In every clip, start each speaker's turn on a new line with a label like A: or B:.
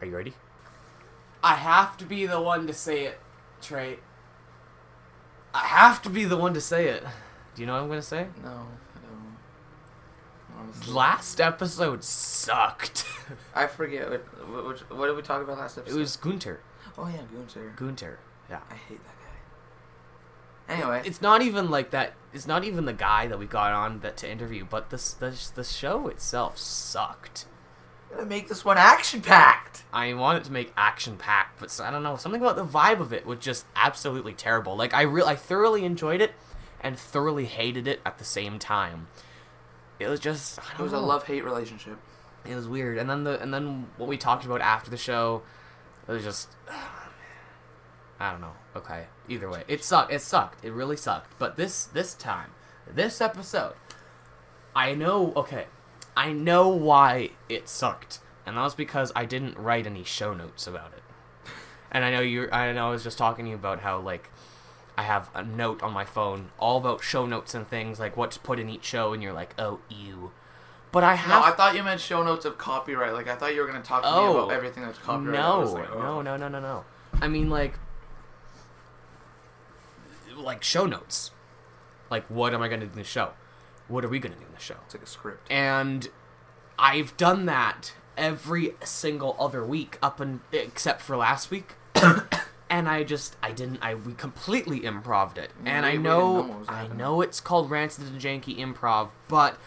A: Are you ready?
B: I have to be the one to say it, Trey. I have to be the one to say it. Do you know what I'm gonna say?
C: No, I don't. Honestly.
B: Last episode sucked.
C: I forget what, what, which- what did we talk about last
B: it
C: episode.
B: was Gunter.
C: oh yeah, Gunter.
B: Gunter. Yeah.
C: I hate that guy. Anyway,
B: It's not even like that. It's not even the guy that we got on that to interview, but this the the show itself sucked.
C: gonna make this one action packed.
B: I wanted to make action packed, but I don't know something about the vibe of it was just absolutely terrible. Like I real I thoroughly enjoyed it and thoroughly hated it at the same time. It was just I don't
C: It was a
B: know.
C: love hate relationship.
B: It was weird, and then the and then what we talked about after the show, it was just I don't know. Okay, either way, it sucked. It sucked. It really sucked. But this this time, this episode, I know. Okay, I know why it sucked, and that was because I didn't write any show notes about it. And I know you. I know I was just talking to you about how like I have a note on my phone all about show notes and things like what's put in each show, and you're like, oh, ew. But I
C: No,
B: have
C: I thought you meant show notes of copyright. Like I thought you were gonna talk to me
B: Oh.
C: about everything that's copyright. I
B: No,
C: was like, oh.
B: no, no, no, no, no. I mean, like, like show notes. Like, what am I going to do in the show? What are we going to do in the show?
C: It's like a script.
B: And I've done that every single other week, up and except for last week. and I just, I didn't, I we completely improved it. and I
C: Mm, we didn't
B: know,
C: know what was
B: I
C: happening.
B: know it's called rancid and janky improv, but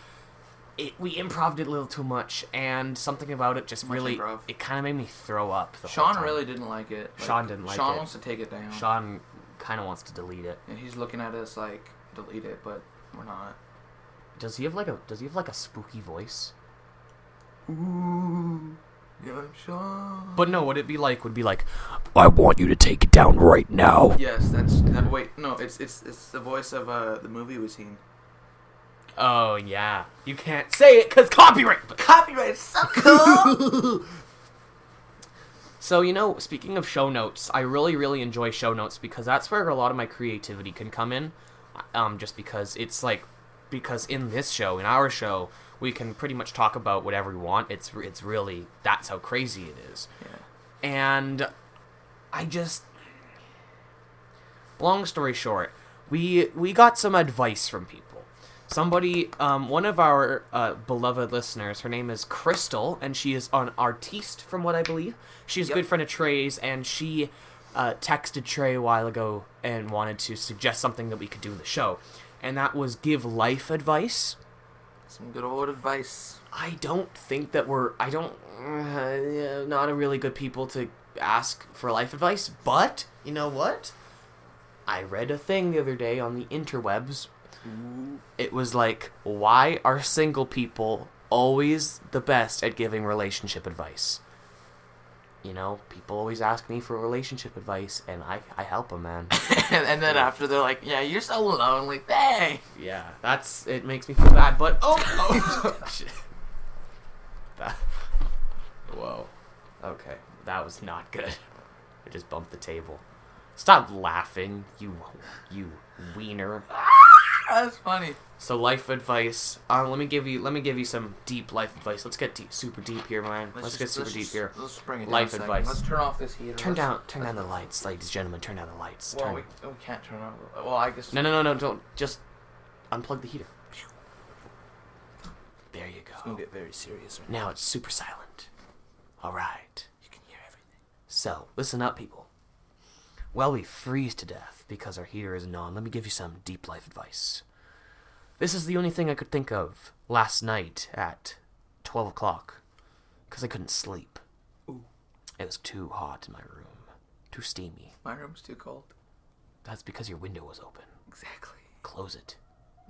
B: it we improved it a little too much, and something about it just
C: Much
B: really,
C: improv.
B: it kind of made me throw up. The whole
C: Sean
B: time.
C: really didn't like it. Like,
B: Sean didn't like
C: Sean
B: it.
C: wants to take it down.
B: Sean kind of wants to delete it.
C: And he's looking at us like delete it, but we're not.
B: Does he have like a Does he have like a spooky voice?
C: Ooh, yeah, I'm Sean.
B: But no, what it'd be like would be like,
A: I want you to take it down right now.
C: Yes, that's that. Wait, no, it's it's it's the voice of uh the movie we've seen.
B: oh yeah, you can't say it because copyright. But-
C: Copyright, so cool.
B: So you know, speaking of show notes, I really really enjoy show notes because that's where a lot of my creativity can come in. Um, just because it's like, because in this show, in our show, we can pretty much talk about whatever we want. It's it's really that's how crazy it is. and I just long story short, we we got some advice from people. Somebody, um, one of our uh, beloved listeners, her name is Crystal, and she is an artiste, from what I believe. She's a
C: Yep.
B: good friend of Trey's, and she uh, texted Trey a while ago and wanted to suggest something that we could do in the show, and that was give life advice.
C: Some good old advice.
B: I don't think that we're I don't uh, yeah, not a really good people to ask for life advice, but you know what? I read a thing the other day on the interwebs. It was like, why are single people always the best at giving relationship advice? You know, people always ask me for relationship advice, and I I help them, man.
C: and, and then after they're like, yeah, you're so lonely. Dang.
B: yeah, that's it makes me feel bad, but oh, oh shit. That, whoa. Okay, that was not good. I just bumped the table. Stop laughing, you you wiener.
C: That's funny.
B: So life advice. Um, let me give you let me give you some deep life advice. Let's get deep, super deep here, man. Let's,
C: just-
B: get super deep
C: just-
B: here.
C: Let's bring it
B: Life
C: down a second.
B: advice.
C: Let's turn off this heater.
B: Turn
C: Let's-
B: down turn down the lights, ladies and gentlemen. Turn down the lights.
C: Well,
B: Turn.
C: we, we can't turn off. Well, I guess.
B: No no no no don't just unplug the heater. There you go.
C: get very serious. Right
B: Now it's super silent. All right.
C: You can hear everything.
B: So, listen up, people. While we freeze to death because our heater isn't on, let me give you some deep life advice. This is the only thing I could think of last night at 12 o'clock because I couldn't sleep. It was too hot in my room, too steamy.
C: My room's too cold.
B: That's because your window was open.
C: Exactly.
B: Close it,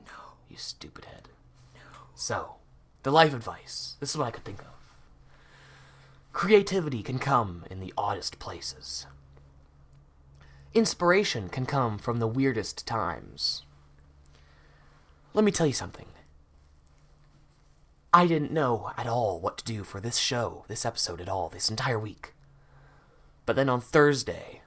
C: No.
B: you stupid head. So, the life advice this is what I could think of. Creativity can come in the oddest places. Inspiration can come from the weirdest times. Let me tell you something. I didn't know at all what to do for this show, this episode at all, this entire week. But then on Thursday,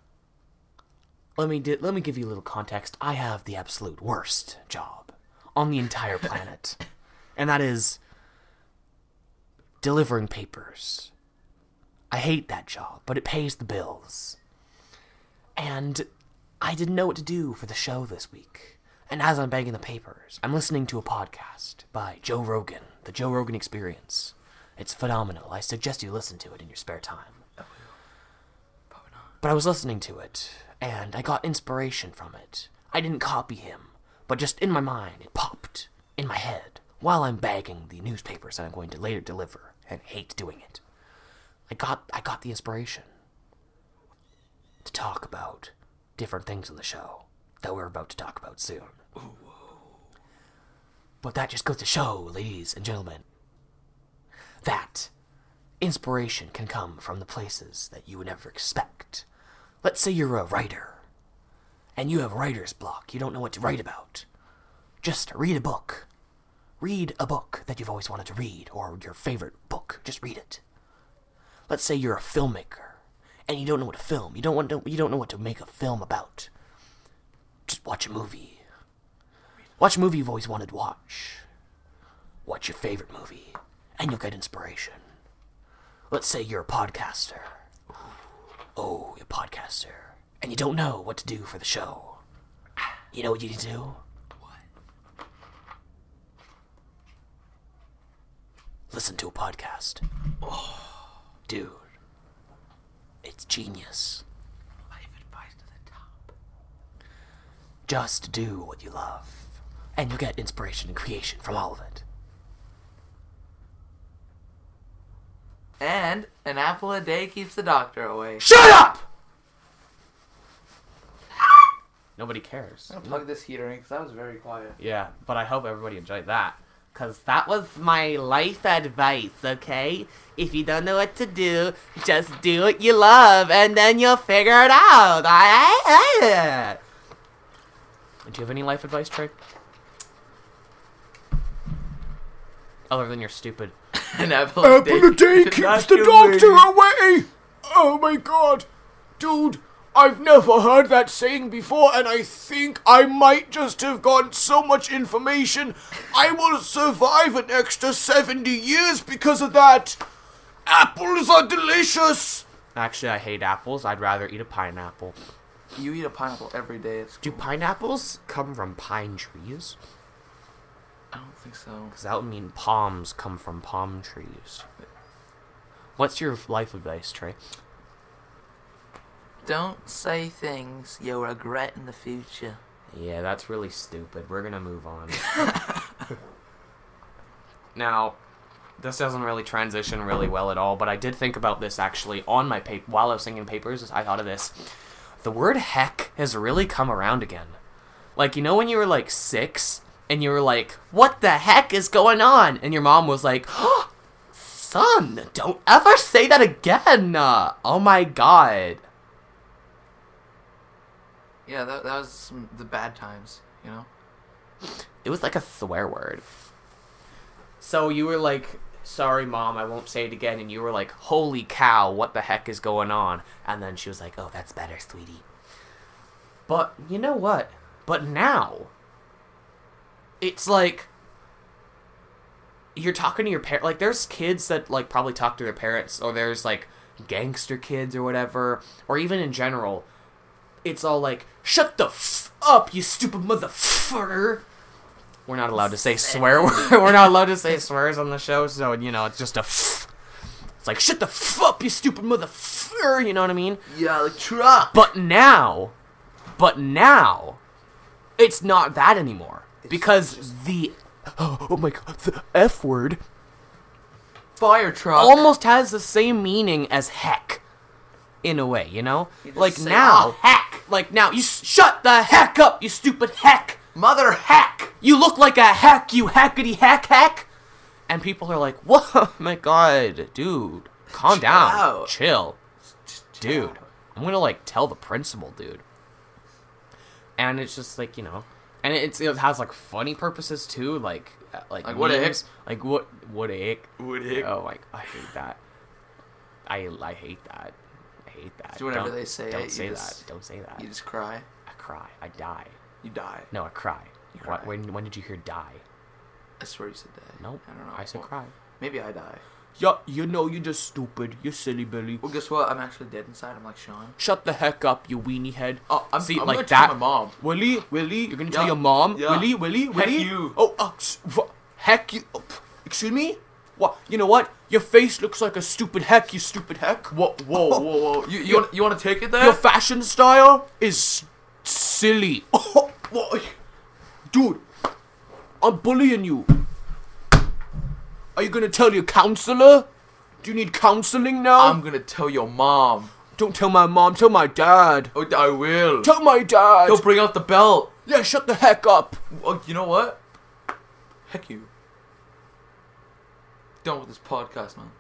B: let me di- let me give you a little context. I have the absolute worst job on the entire planet, and that is delivering papers. I hate that job, but it pays the bills. And I didn't know what to do for the show this week. And as I'm banging the papers, I'm listening to a podcast by Joe Rogan, The Joe Rogan Experience. It's phenomenal. I suggest you listen to it in your spare time. But I was listening to it, and I got inspiration from it. I didn't copy him, but just in my mind, it popped in my head while I'm bagging the newspapers that I'm going to later deliver and hate doing it. I got I got the inspiration to talk about different things in the show that we're about to talk about soon. But that just goes to show, ladies and gentlemen, that inspiration can come from the places that you would never expect. Let's say you're a writer and you have writer's block, you don't know what to write about. Just read a book. Read a book that you've always wanted to read or your favorite book. Just read it. Let's say you're a filmmaker and you don't know what to film. You don't want to, you don't know what to make a film about. Just watch a movie. Watch a movie you've always wanted to watch. Watch your favorite movie and you'll get inspiration. Let's say you're a podcaster. Oh, you're a podcaster. And you don't know what to do for the show. You know what you need to do? What? Listen to a podcast. Oh, dude. It's genius.
C: Life advice to the top.
B: Just do what you love, and you'll get inspiration and creation from all of it.
C: And an apple a day keeps the doctor away.
B: Shut up! Nobody cares.
C: I'm gonna plug this heater in because that was very quiet.
B: Yeah, but I hope everybody enjoyed that. Because that was my life advice, okay? If you don't know what to do, just do what you love and then you'll figure it out. I- I- I- Do you have any life advice, Trey? Other than you're stupid.
C: an apple a
A: Apple a day keeps the doctor
C: away.
A: away! Oh my god! Dude, I've never heard that saying before, and I think I might just have gotten so much information. I will survive an extra 70 years because of that! Apples are delicious!
B: Actually, I hate apples. I'd rather eat a pineapple.
C: You eat a pineapple every day. It's,
B: Do pineapples come from pine trees?
C: I don't think so.
B: Because that would mean palms come from palm trees. What's your life advice, Trey?
C: Don't say things you'll regret in the future.
B: Yeah, that's really stupid. We're gonna move on. now, this doesn't really transition really well at all, but I did think about this actually on my paper while I was thinking papers. I thought of this. The word heck has really come around again. Like you know when you were like six and you were like, "What the heck is going on?" and your mom was like, oh, "Son, don't ever say that again." Uh, oh my god.
C: Yeah, that, that was some, the bad times, you know?
B: It was like a swear word. So you were like, sorry, mom, I won't say it again. And you were like, holy cow, what the heck is going on? And then she was like, oh, that's better, sweetie. But you know what? But now, it's like, you're talking to your parent. Like, there's kids that, like, probably talk to their parents, or there's, like, gangster kids or whatever, or even in general. It's all like, shut the f up, you stupid motherfucker. We're not allowed to say swear. word- We're not allowed to say swears on the show, so you know it's just a. F- it's like shut the f up, you stupid motherfucker. You know what I mean?
C: Yeah, like truck.
B: But now, but now, it's not that anymore because the oh, oh my god, the f word
C: Fire truck.
B: almost has the same meaning as heck, in a way. You "Ah, know,
C: You just
B: like
C: say,
B: now,
C: "Oh, heck."
B: like now, you s- shut the heck up, you stupid heck.
C: Mother heck.
B: You look like a hack, you hackety hack hack. And people are like, whoa, my god, dude, calm
C: Chill
B: down,
C: out.
B: chill, dude.
C: out.
B: I'm gonna like tell the principal, dude. And it's just like you know, and it's it has like funny purposes too, like uh, like
C: Like what a
B: memes.
C: hick.
B: like what what a hick.
C: What a hick.
B: Oh, like I hate that. I I hate that. I hate that.
C: Do whatever
B: Don't-
C: they say,
B: Don't
C: you
B: say
C: just-
B: that. Don't say that.
C: You just cry.
B: I cry. I die.
C: You die.
B: No, I cry. Why-
C: cry.
B: When when did you hear die?
C: I swear you said that.
B: Nope.
C: I don't know.
B: I said
C: Well,
B: cry.
C: Maybe I die.
A: Yeah, you know you're just stupid. You silly Billy.
C: Well, guess what? I'm actually dead inside. I'm like Sean.
A: Shut the heck up, you weenie head.
C: Oh, I'm,
B: See,
C: I'm
B: like
C: gonna tell
B: that-
C: my mom.
A: Willie, Willie, you're gonna tell
C: Yeah,
A: your mom.
C: yeah.
A: Willie, Willie, Willie.
C: you.
A: Oh, uh, s- f- heck you. oh, p- excuse me. What? You know what? Your face looks like a stupid heck. You stupid heck.
C: Whoa, whoa, whoa, whoa! You, you, wanna, you want to take it there?
A: Your fashion style is s- silly. Oh, what? Dude, I'm bullying you. Are you gonna tell your counselor? Do you need counseling now?
B: Um,
C: I'm gonna tell your mom.
A: Don't tell my mom. Tell my dad.
C: Oh, I will.
A: Tell my dad.
C: Don't bring out the belt.
A: yeah, shut the heck up.
C: Oh, you know what? Heck you. Done with this podcast, man.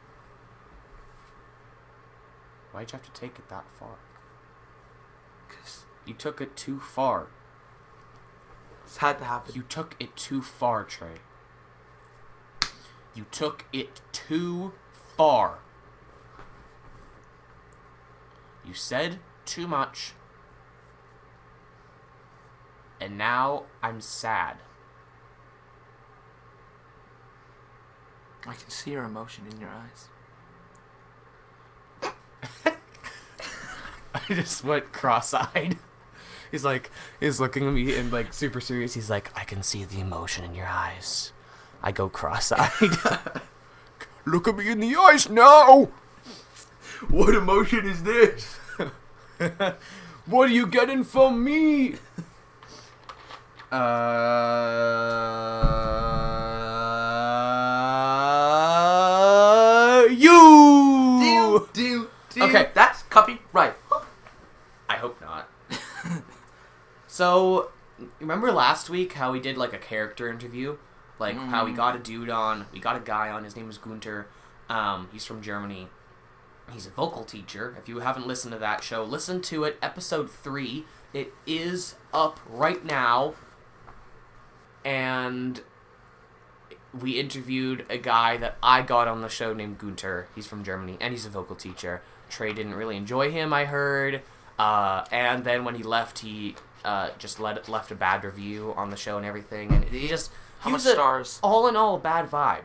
B: Why'd you have to take it that far?
C: 'Cause
B: You took it too far.
C: it's had to happen.
B: You took it too far, Trey. You took it too far. You said too much. And now I'm sad.
C: I can see your emotion in your eyes.
B: I just went cross-eyed. He's like, he's looking at me and like super serious. He's like, I can see the emotion in your eyes. I go cross-eyed.
A: Look at me in the eyes now.
C: What emotion is this?
A: What are you getting from me?
B: uh, you.
C: Do, do, do.
B: Okay.
C: that's copyright.
B: I hope not. so, remember last week how we did like a character interview? Like how
A: Mm.
B: we got a dude on, we got a guy on, his name is Gunter. Um, he's from Germany. He's a vocal teacher. If you haven't listened to that show, listen to it, episode 3. It is up right now. And we interviewed a guy that I got on the show named Gunter. He's from Germany and he's a vocal teacher. Trey didn't really enjoy him, I heard. Uh, and then when he left, he uh, just let, left a bad review on the show and everything. And he just
C: How
B: he
C: much
B: was a-
C: stars?
B: all in all, bad vibe.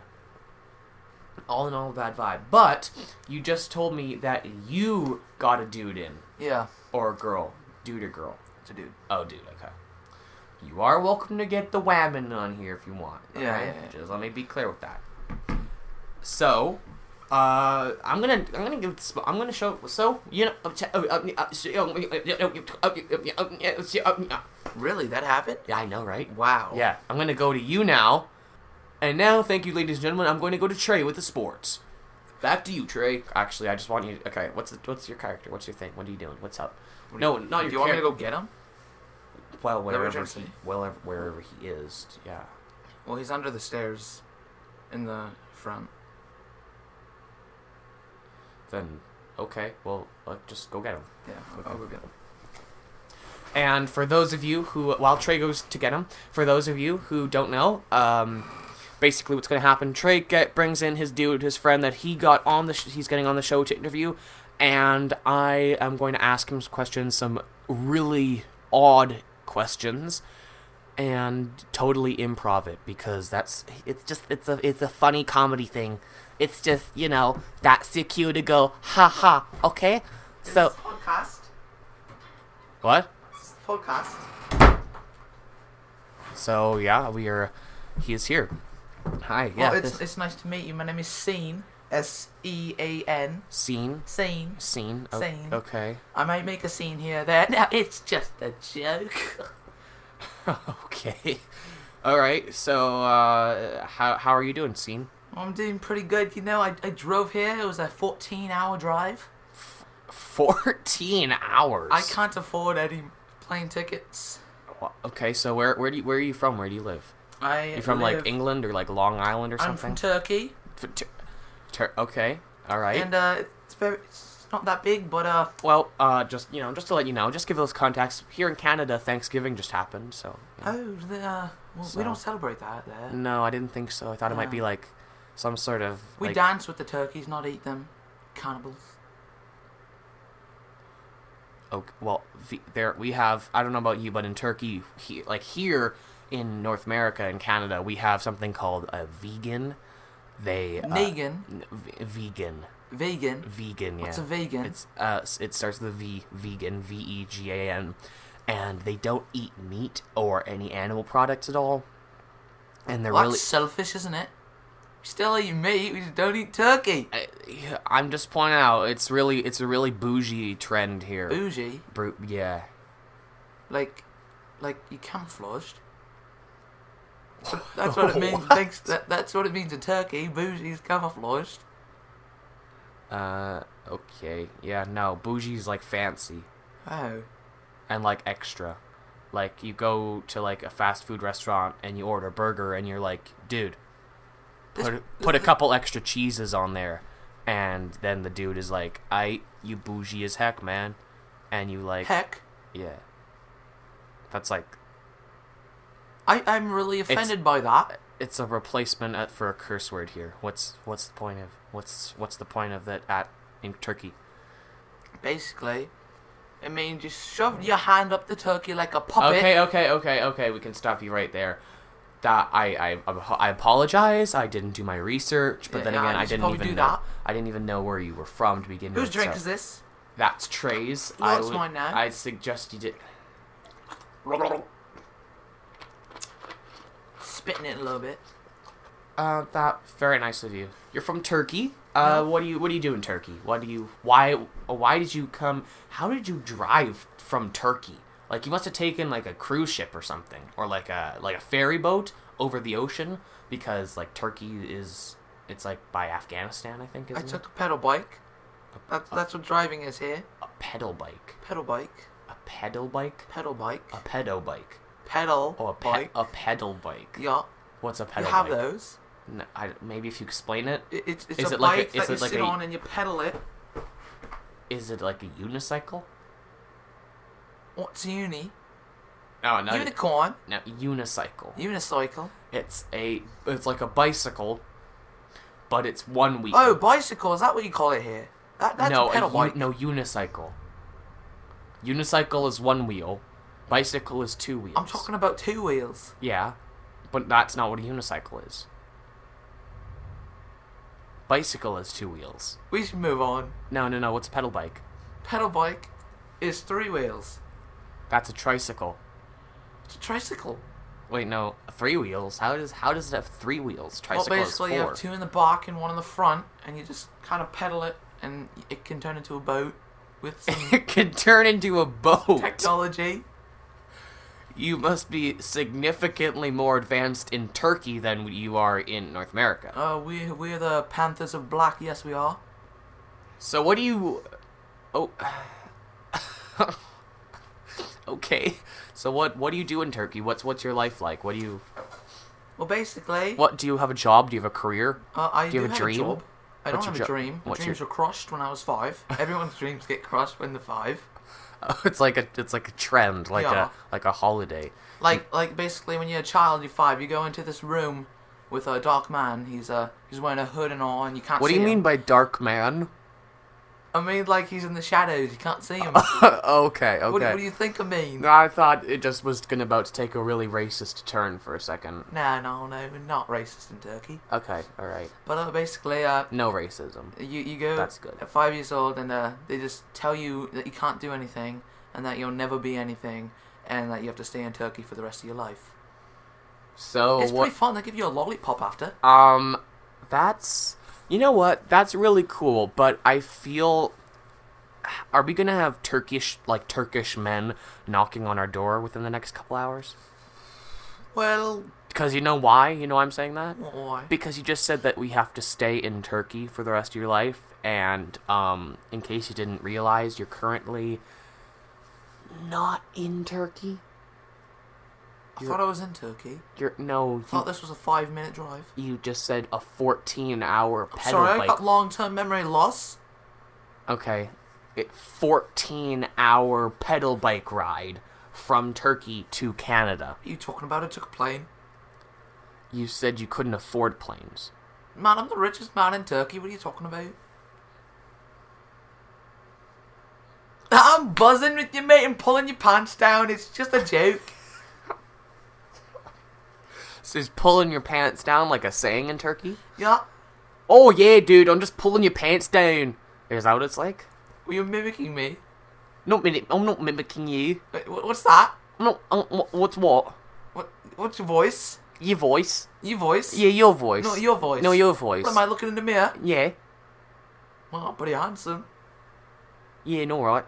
B: All in all, bad vibe. But you just told me that you got a dude in
C: Yeah,
B: or a girl, dude or girl.
C: it's a dude.
B: Oh, dude, okay. You are welcome to get the whammon on here if you want.
C: Yeah,
B: alright?
C: yeah, yeah.
B: Just let me be clear with that. So, uh, I'm gonna, I'm gonna give, this- I'm gonna show. So, you know, uh, t- uh, uh, uh, so, uh, uh, uh, uh, uh,
C: Really, that happened?
B: yeah, I know, right?
C: Wow.
B: Yeah, I'm gonna go to you now. And now, thank you, ladies and gentlemen. I'm going to go to Trey with the sports. Back to you, Trey. Actually, I just want you. Okay, what's the, what's your character? What's your thing? What are you doing? What's up? no, not
C: Do
B: your.
C: you want me
B: character.
C: to go get him?
B: Well,
C: we're
B: wherever
C: trying
B: he,
C: to-
B: well, wherever he is, yeah.
C: Well, he's under the stairs, in the front.
B: Then okay, well, uh, just go get him.
C: Yeah, I'll go get him.
B: And for those of you who, while Trey goes to get him, for those of you who don't know, um, basically what's going to happen, Trey get, brings in his dude, his friend that he got on the, sh- he's getting on the show to interview, and I am going to ask him some questions, some really odd questions, and totally improv it because that's, it's just, it's a, it's a funny comedy thing. It's just, you know, that's your cue to go, ha ha, okay? So,
C: podcast.
B: what?
C: This podcast.
B: So yeah, we are. He is here. Hi. Yeah.
C: well, Oh, it's,
B: this
C: it's nice to meet you. My name is Scene. S E A N.
B: scene.
C: Scene.
B: Scene. o-
C: Scene.
B: Okay.
C: I might make a scene here or there. Now it's just a joke.
B: Okay. All right. So uh, how how are you doing, scene?
C: I'm doing pretty good. You know, I, I drove here. It was a 14 hour drive.
B: Fourteen hours.
C: I can't afford any plane tickets.
B: Wha- Okay. So where where do you, where are you from? Where do you live?
C: I
B: You from
C: live-
B: like England or like Long Island or
C: I'm
B: something?
C: from Turkey,
B: F- Tur- Tur- okay. All right.
C: and uh, it's very it's not that big, but uh,
B: well, uh, just you know, just to let you know, just give those contacts. Here in Canada, Thanksgiving just happened, so. you know.
C: oh, the, uh, well,
B: So-
C: we don't celebrate that there.
B: No, I didn't think so. I thought it might be like some sort of.
C: Oh. we
B: like,
C: dance with the turkeys, not eat them. Cannibals.
B: Okay, well, the, there we have. I don't know about you, but in Turkey, he, like here in North America and Canada, we have something called a vegan, They uh,
C: Negan.
B: n- v- vegan.
C: Vegan.
B: vegan. Yeah.
C: What's a vegan?
B: It's uh, s- it starts with a V. Vegan. V e g a n, and they don't eat meat or any animal products at all. And they're
C: Well,
B: really.
C: That's selfish, isn't it? We still eat meat, we just don't eat turkey.
B: I, eh, yeah, I'm just pointing out it's really it's a really bougie trend here.
C: Bougie.
B: Bru- yeah.
C: Like, like you camouflaged. That's what it means. Thanks. That, that's what it means in Turkey. Bougie is camouflaged.
B: Uh. Okay. Yeah. No. Bougie's like fancy.
C: Oh.
B: and like extra. Like you go to like a fast food restaurant and you order a burger and you're like, dude, put put a couple extra cheeses on there, and then the dude is like, I you bougie as heck, man, and you like
C: Heck.
B: yeah. That's like
C: I, I'm really offended by that.
B: it's a replacement at, for a curse word here. What's what's the point of what's what's the point of that at in Turkey?
C: Basically, it means you shoved your hand up the turkey like a puppet.
B: Okay, okay, okay, okay. We can stop you right there. That I I I apologize. I didn't do my research, but
C: Yeah,
B: then
C: yeah,
B: again,
C: you
B: I
C: should
B: didn't
C: probably
B: even
C: do
B: know.
C: that.
B: I didn't even know where you were from to begin
C: Whose
B: with.
C: drink
B: so
C: is this?
B: That's Trey's.
C: No,
B: I
C: it's
B: would-
C: mine now.
B: I suggest you did.
C: Spitting it a little bit.
B: Uh, that very nice of you. You're from Turkey. Uh, what do you what do you do in Turkey? What do you why why did you come? How did you drive from Turkey? Like you must have taken like a cruise ship or something, or like a like a ferry boat over the ocean because like Turkey is it's like by Afghanistan, I think. Isn't
C: I took
B: it?
C: a pedal bike. That's that's what driving is here.
B: a pedal bike,
C: Pedal bike.
B: a pedal bike,
C: Pedal bike.
B: a pedo bike,
C: Pedal.
B: oh a pe-
C: bike.
B: a pedal bike.
C: Yeah.
B: What's a pedal
C: You have
B: bike?
C: those.
B: No, I, maybe if you explain it,
C: It, it's it's
B: Is
C: a
B: it like a-
C: bike
B: is
C: that you
B: it like
C: sit
B: a-
C: on and you pedal it.
B: is it like a unicycle?
C: What's a uni?
B: No, no,
C: Unicorn.
B: no, unicycle.
C: Unicycle.
B: It's a it's like a bicycle, but it's one wheel.
C: Oh, bicycle. Is that what you call it here? That, that's
B: no,
C: a pedal
B: u-
C: bike.
B: no unicycle. Unicycle is one wheel, bicycle is two wheels.
C: I'm talking about two wheels.
B: Yeah, but that's not what a unicycle is. Bicycle is two wheels.
C: We should move on.
B: No, no, no. What's a pedal bike?
C: Pedal bike is three wheels.
B: That's a tricycle.
C: It's a tricycle.
B: Wait, no, three wheels. How does how does it have three wheels?
C: Well,
B: Tricycle
C: basically,
B: is
C: you
B: four.
C: have two in the back and one in the front, and you just kind of pedal it, and it can turn into a boat with some
B: it can turn into a boat.
C: technology.
B: you must be significantly more advanced in Turkey than you are in North America.
C: Uh, we we're the Panthers of Black. Yes, we are.
B: So what do you? Oh, okay. So what what do you do in Turkey? What's what's your life like? What do you
C: Well, basically,
B: what do you have a job? Do you have a career?
C: Uh, I
B: Do you have a
C: have
B: dream?
C: a job. I don't
B: What's your
C: have a
B: jo-
C: dream. My
B: what's your-
C: dreams were crushed when I was five. Everyone's dreams get crushed when they're five.
B: it's like a it's like a trend, like
C: Yeah.
B: a like a holiday.
C: Like
B: Mm.
C: like basically when you're a child, you're five. You go into this room with a dark man. He's uh he's wearing a hood and all, and you can't.
B: What do
C: see
B: you mean
C: Him.
B: by dark man?
C: I mean like he's in the shadows. You can't see him.
B: okay, okay.
C: what, do- what do you think I mean?
B: No, I thought it just was gonna about to take a really racist turn for a second.
C: No, no, no. We're not racist in Turkey.
B: Okay, all right.
C: But uh, basically, uh,
B: No racism.
C: you you go
B: That's good.
C: at five years old, and uh, they just tell you that you can't do anything, and that you'll never be anything, and that you have to stay in Turkey for the rest of your life.
B: So
C: It's
B: what?
C: pretty fun. They give you a lollipop after.
B: Um, that's you know what? That's really cool, but I feel are we gonna have Turkish like Turkish men knocking on our door within the next couple hours?
C: Well,
B: Because you know why? You know why I'm saying that?
C: why?
B: Because you just said that we have to stay in Turkey for the rest of your life, and um, in case you didn't realize, you're currently not in Turkey.
C: I thought I was in Turkey.
B: You're no.
C: I
B: You,
C: thought this was a five-minute drive.
B: you just said a 14-hour pedal
C: Sorry, I
B: bike.
C: got long-term memory loss.
B: Okay. It 14 hour pedal bike ride from Turkey to Canada.
C: What are you talking about? I took a plane.
B: You said you couldn't afford planes.
C: Man, I'm the richest man in Turkey. What are you talking about? I'm buzzing with your mate and pulling your pants down. It's just a joke.
B: So is pulling your pants down like a saying in Turkey?
C: yeah,
B: "Oh yeah, dude, I'm just pulling your pants down." Is that what it's like?
C: Well, you're mimicking me.
B: Not mini- I'm not mimicking you.
C: Wait, wh- What's that?
B: I'm not. I'm, wha- what's what?
C: What? What's your voice?
B: Your voice?
C: Your voice?
B: Yeah, your voice.
C: Not your voice.
B: No, your voice.
C: What am I looking in the mirror?
B: Yeah.
C: Well, I'm pretty handsome.
B: Yeah, no, right.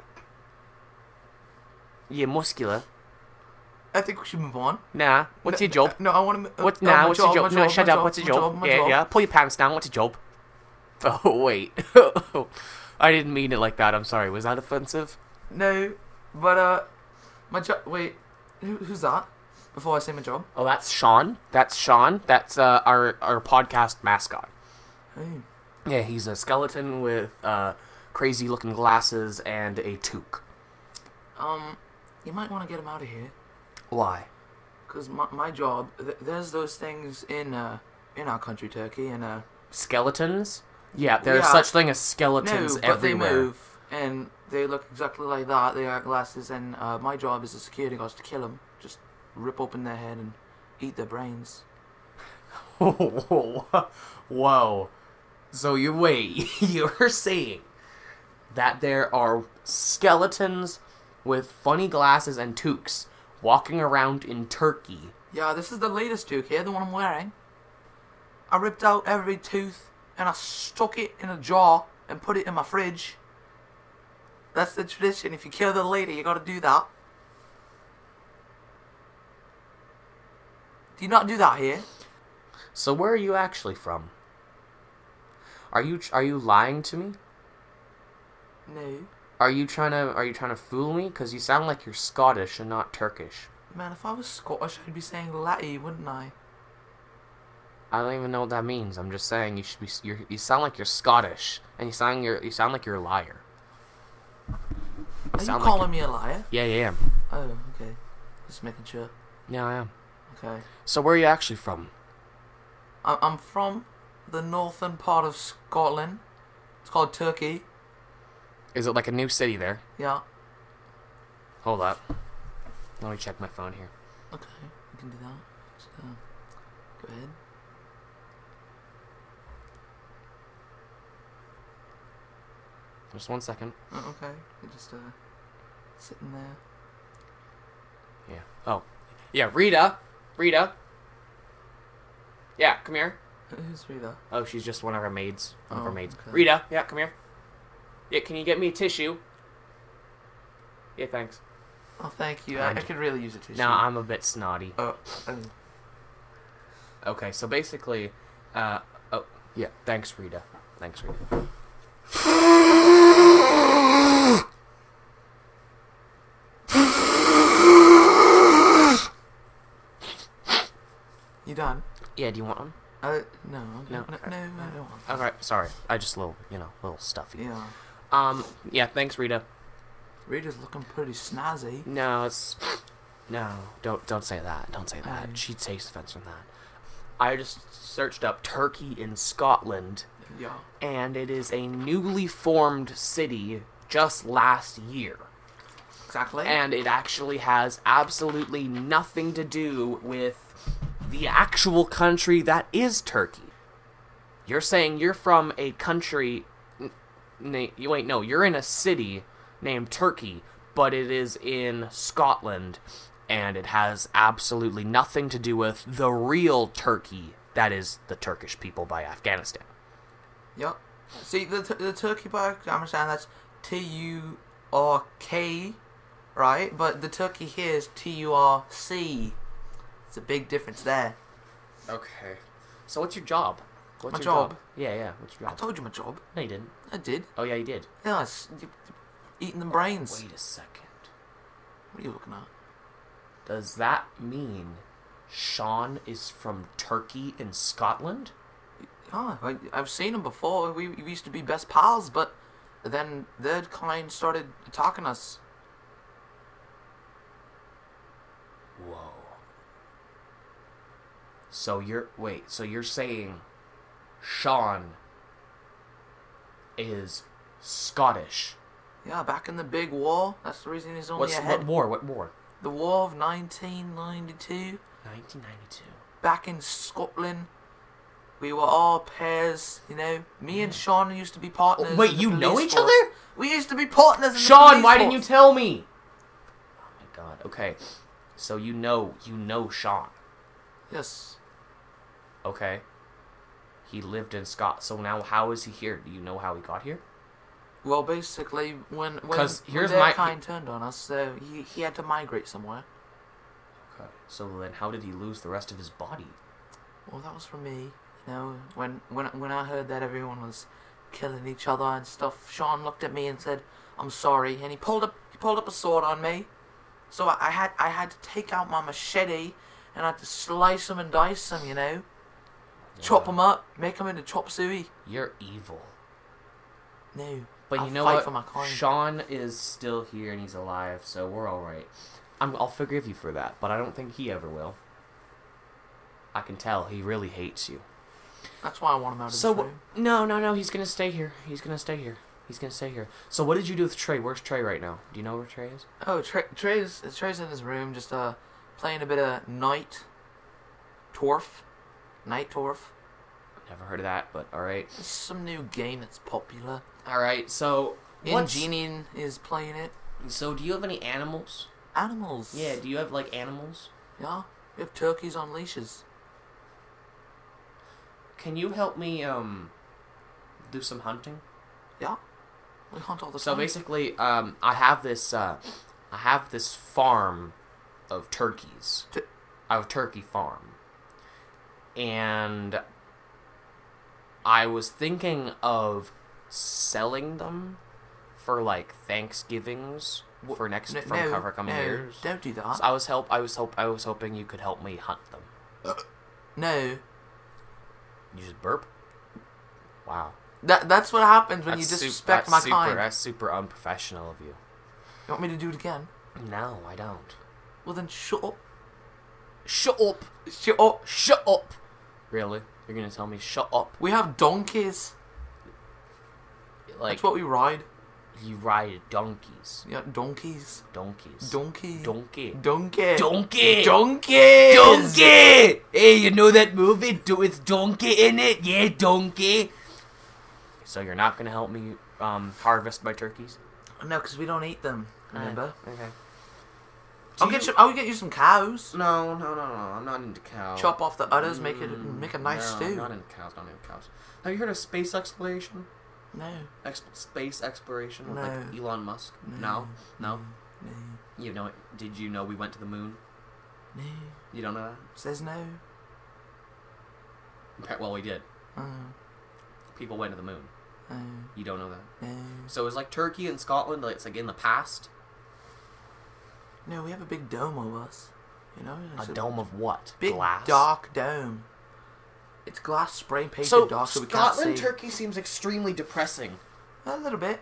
B: Yeah, muscular.
C: I think we should move on.
B: Nah. What's
C: No-
B: your job?
C: No, I want to.
B: What's
C: no,
B: nah?
C: my
B: what's your job?
C: my
B: No, shut
C: my
B: up. What's your
C: my
B: job?
C: my
B: yeah,
C: job.
B: yeah. Pull your pants down. What's your job? Oh wait. I didn't mean it like that. I'm sorry. Was that offensive?
C: No, but uh, my job. Wait, who, who's that? Before I say my job.
B: Oh, that's Sean. That's Sean. That's uh, our our podcast mascot.
C: Hey.
B: Yeah, he's a skeleton with uh, crazy looking glasses and a toque.
C: Um, you might want to get him out of here,
B: Why?
C: cause my, my job. Th- there's those things in uh in our country, Turkey, and uh.
B: Skeletons? Yeah, there's
C: Yeah.
B: such thing as
C: No,
B: skeletons
C: but
B: everywhere.
C: they move and they look exactly like that. They got glasses, and uh, my job as a security guard is to kill them. Just rip open their head and eat their brains.
B: Whoa. So you wait, you're saying that there are skeletons with funny glasses and toques walking around in Turkey.
C: Yeah, this is the latest tooth here, the one I'm wearing. I ripped out every tooth and I stuck it in a jar and put it in my fridge. That's the tradition. If you kill the lady, you gotta do that. Do you not do that here?
B: So where are you actually from? Are you are you lying to me?
C: No.
B: Are you trying to are you trying to fool me? Because you sound like you're Scottish and not Turkish.
C: Man, if I was Scottish, I'd be saying Latin, wouldn't I?
B: I don't even know what that means. I'm just saying you should be. You're, you sound like you're Scottish, and you sound you're, you sound like you're a liar.
C: Are you
B: Sound like
C: calling me a liar?
B: Yeah, yeah, yeah.
C: Oh, okay. Just making sure.
B: yeah I am.
C: Okay.
B: So where are you actually from?
C: I- I'm from the northern part of Scotland. It's called Turkey.
B: Is it like a new city there?
C: Yeah.
B: Hold up. Let me check my phone here.
C: Okay, we can do that. Just, uh, go ahead.
B: Just one second.
C: Oh, okay, you're just uh, sitting there.
B: Yeah. Oh. Yeah, Rita. Rita. Yeah, come here.
C: Who's Rita?
B: Oh, she's just one of our maids. One of our
C: Oh,
B: maids.
C: okay.
B: Rita. Yeah, come here. Yeah, can you get me a tissue? Yeah, thanks.
C: Oh, thank you. I, I
B: And-
C: could really use a tissue.
B: No, I'm a bit snotty.
C: Oh, oh,
B: Okay, so basically, uh, oh, yeah, thanks, Rita. Thanks, Rita.
C: you done?
B: Yeah, do you want one?
C: Uh, no, okay.
B: No,
C: no, no,
B: okay.
C: no, I don't want.
B: Okay, sorry. I just little, you know, little stuffy.
C: Yeah,
B: Um, yeah, thanks, Rita.
C: Rita's looking pretty snazzy.
B: No, it's no. Don't don't say that. Don't say that.
C: Mm.
B: She takes offense from that. I just searched up Turkey in Scotland,
C: Yeah.
B: and it is a newly formed city just last year.
C: Exactly.
B: And it actually has absolutely nothing to do with the actual country that is Turkey. You're saying you're from a country. n- Na- you- wait, no, you're in a city named Turkey, but it is in Scotland, and it has absolutely nothing to do with the real Turkey that is the Turkish people by Afghanistan.
C: Yep. See, the, t- the turkey bug, I understand that's T U R K, right? But the turkey here is T U R C. It's a big difference there.
B: Okay. So, what's your job? What's
C: My
B: your
C: job?
B: Yeah, yeah. What's your
C: I
B: job?
C: told you my job.
B: no, you didn't.
C: I did.
B: Oh, yeah, you did.
C: Yeah, it's you- you- eating the brains.
B: Wait a second.
C: What are you looking at?
B: Does that mean Sean is from Turkey in Scotland?
C: Oh, I, I've seen them before. We, we used to be best pals, but then their kind started attacking us.
B: Whoa. So you're wait, so you're saying Sean is Scottish.
C: Yeah, back in the big war. That's the reason he's only
B: What's
C: ahead.
B: what war? What war?
C: The war of 1992.
B: 1992.
C: back in Scotland. We were all pairs, you know. Me and Sean used to be partners.
B: Hmm. wait,
C: in the
B: you know
C: police
B: each
C: force.
B: other?
C: We used to be partners. In the
B: Sean,
C: police
B: why didn't you
C: force.
B: tell me? Oh my god. Okay. So you know, you know Sean.
C: yes,
B: Okay. He lived in Scott. So now how is he here? Do you know how he got here?
C: Well, basically, when when,
B: 'Cause
C: when
B: here's
C: their
B: my-
C: kind turned on us, so he, he had to migrate somewhere.
B: Okay. So then how did he lose the rest of his body?
C: Well, that was for me. You know, when when when I heard that everyone was killing each other and stuff, Sean looked at me and said, "I'm sorry," and he pulled up he pulled up a sword on me. So I, I had I had to take out my machete and I had to slice him and dice him. You know, chop him up, make him into chop suey.
B: You're evil.
C: No,
B: But
C: I'll
B: you know
C: fight
B: what?
C: For my coin.
B: Sean is still here and he's alive, so we're all right. I'm, I'll forgive you for that, but I don't think he ever will. I can tell he really hates you.
C: That's why I want him out of
B: So
C: this
B: wh-
C: room.
B: no, no, no. He's gonna stay here. He's gonna stay here. He's gonna stay here. So what did you do with Trey? Where's Trey right now? Do you know where Trey is?
C: Oh, Trey, Trey's Trey's in his room, just uh, playing a bit of night torf, night torf.
B: Never heard of that, but all right,
C: It's some new game that's popular.
B: all right. So what
C: Ingenian is playing it.
B: So do you have any animals?
C: Animals.
B: Yeah. Do you have like animals?
C: yeah. We have turkeys on leashes.
B: Can you help me um do some hunting?
C: Yeah. We hunt all the
B: So
C: time.
B: basically, um, I have this uh, I have this farm of turkeys.
C: T-
B: I have a turkey farm. And I was thinking of selling them for like Thanksgivings for next
C: no,
B: from
C: no,
B: cover coming
C: no,
B: years.
C: Don't do that.
B: So I was help I was hope I was hoping you could help me hunt them.
C: no.
B: You just burp? Wow.
C: That that's what happens when
B: that's
C: you
B: sup-
C: disrespect
B: that's
C: my
B: super,
C: kind.
B: That's super unprofessional of you.
C: You want me to do it again?
B: No, I don't.
C: Well then shut up.
B: Shut up.
C: Shut up.
B: Shut up. Really? You're gonna tell me shut up?
C: We have donkeys.
B: Like
C: That's what we ride.
B: you ride donkeys.
C: Yeah, donkeys.
B: Donkeys.
C: Donkey.
B: Donkey.
C: Donkey.
B: Donkey.
C: Donkey.
B: Donkey! Hey, you know that movie? Do it's Donkey in it? Yeah, Donkey. So you're not gonna help me um, harvest my turkeys?
C: No, because we don't eat them. Remember?
B: Okay.
C: I'll get you. I'll get you some cows.
B: No, no, no, no. I'm not into cows.
C: Chop off the udders, make it make a nice
B: no,
C: stew.
B: I'm not into cows. Not into cows. Have you heard of space exploration?
C: No,
B: Exp- space exploration with like
C: No.
B: Elon Musk? No, no. You know? Did you know we went to the moon?
C: no.
B: You don't know
C: Says no.
B: that? Appa- Well, we did.
C: Oh,
B: People went to the moon.
C: oh,
B: You don't know that.
C: no.
B: So it was like Turkey and Scotland. Like it's like in the past.
C: No, we have a big dome over us. You know,
B: A
C: it's
B: dome of what?
C: big
B: Glass.
C: dark dome. It's glass spray painted
B: So
C: dark, so we
B: Scotland,
C: can't see.
B: Turkey seems extremely depressing.
C: a little bit.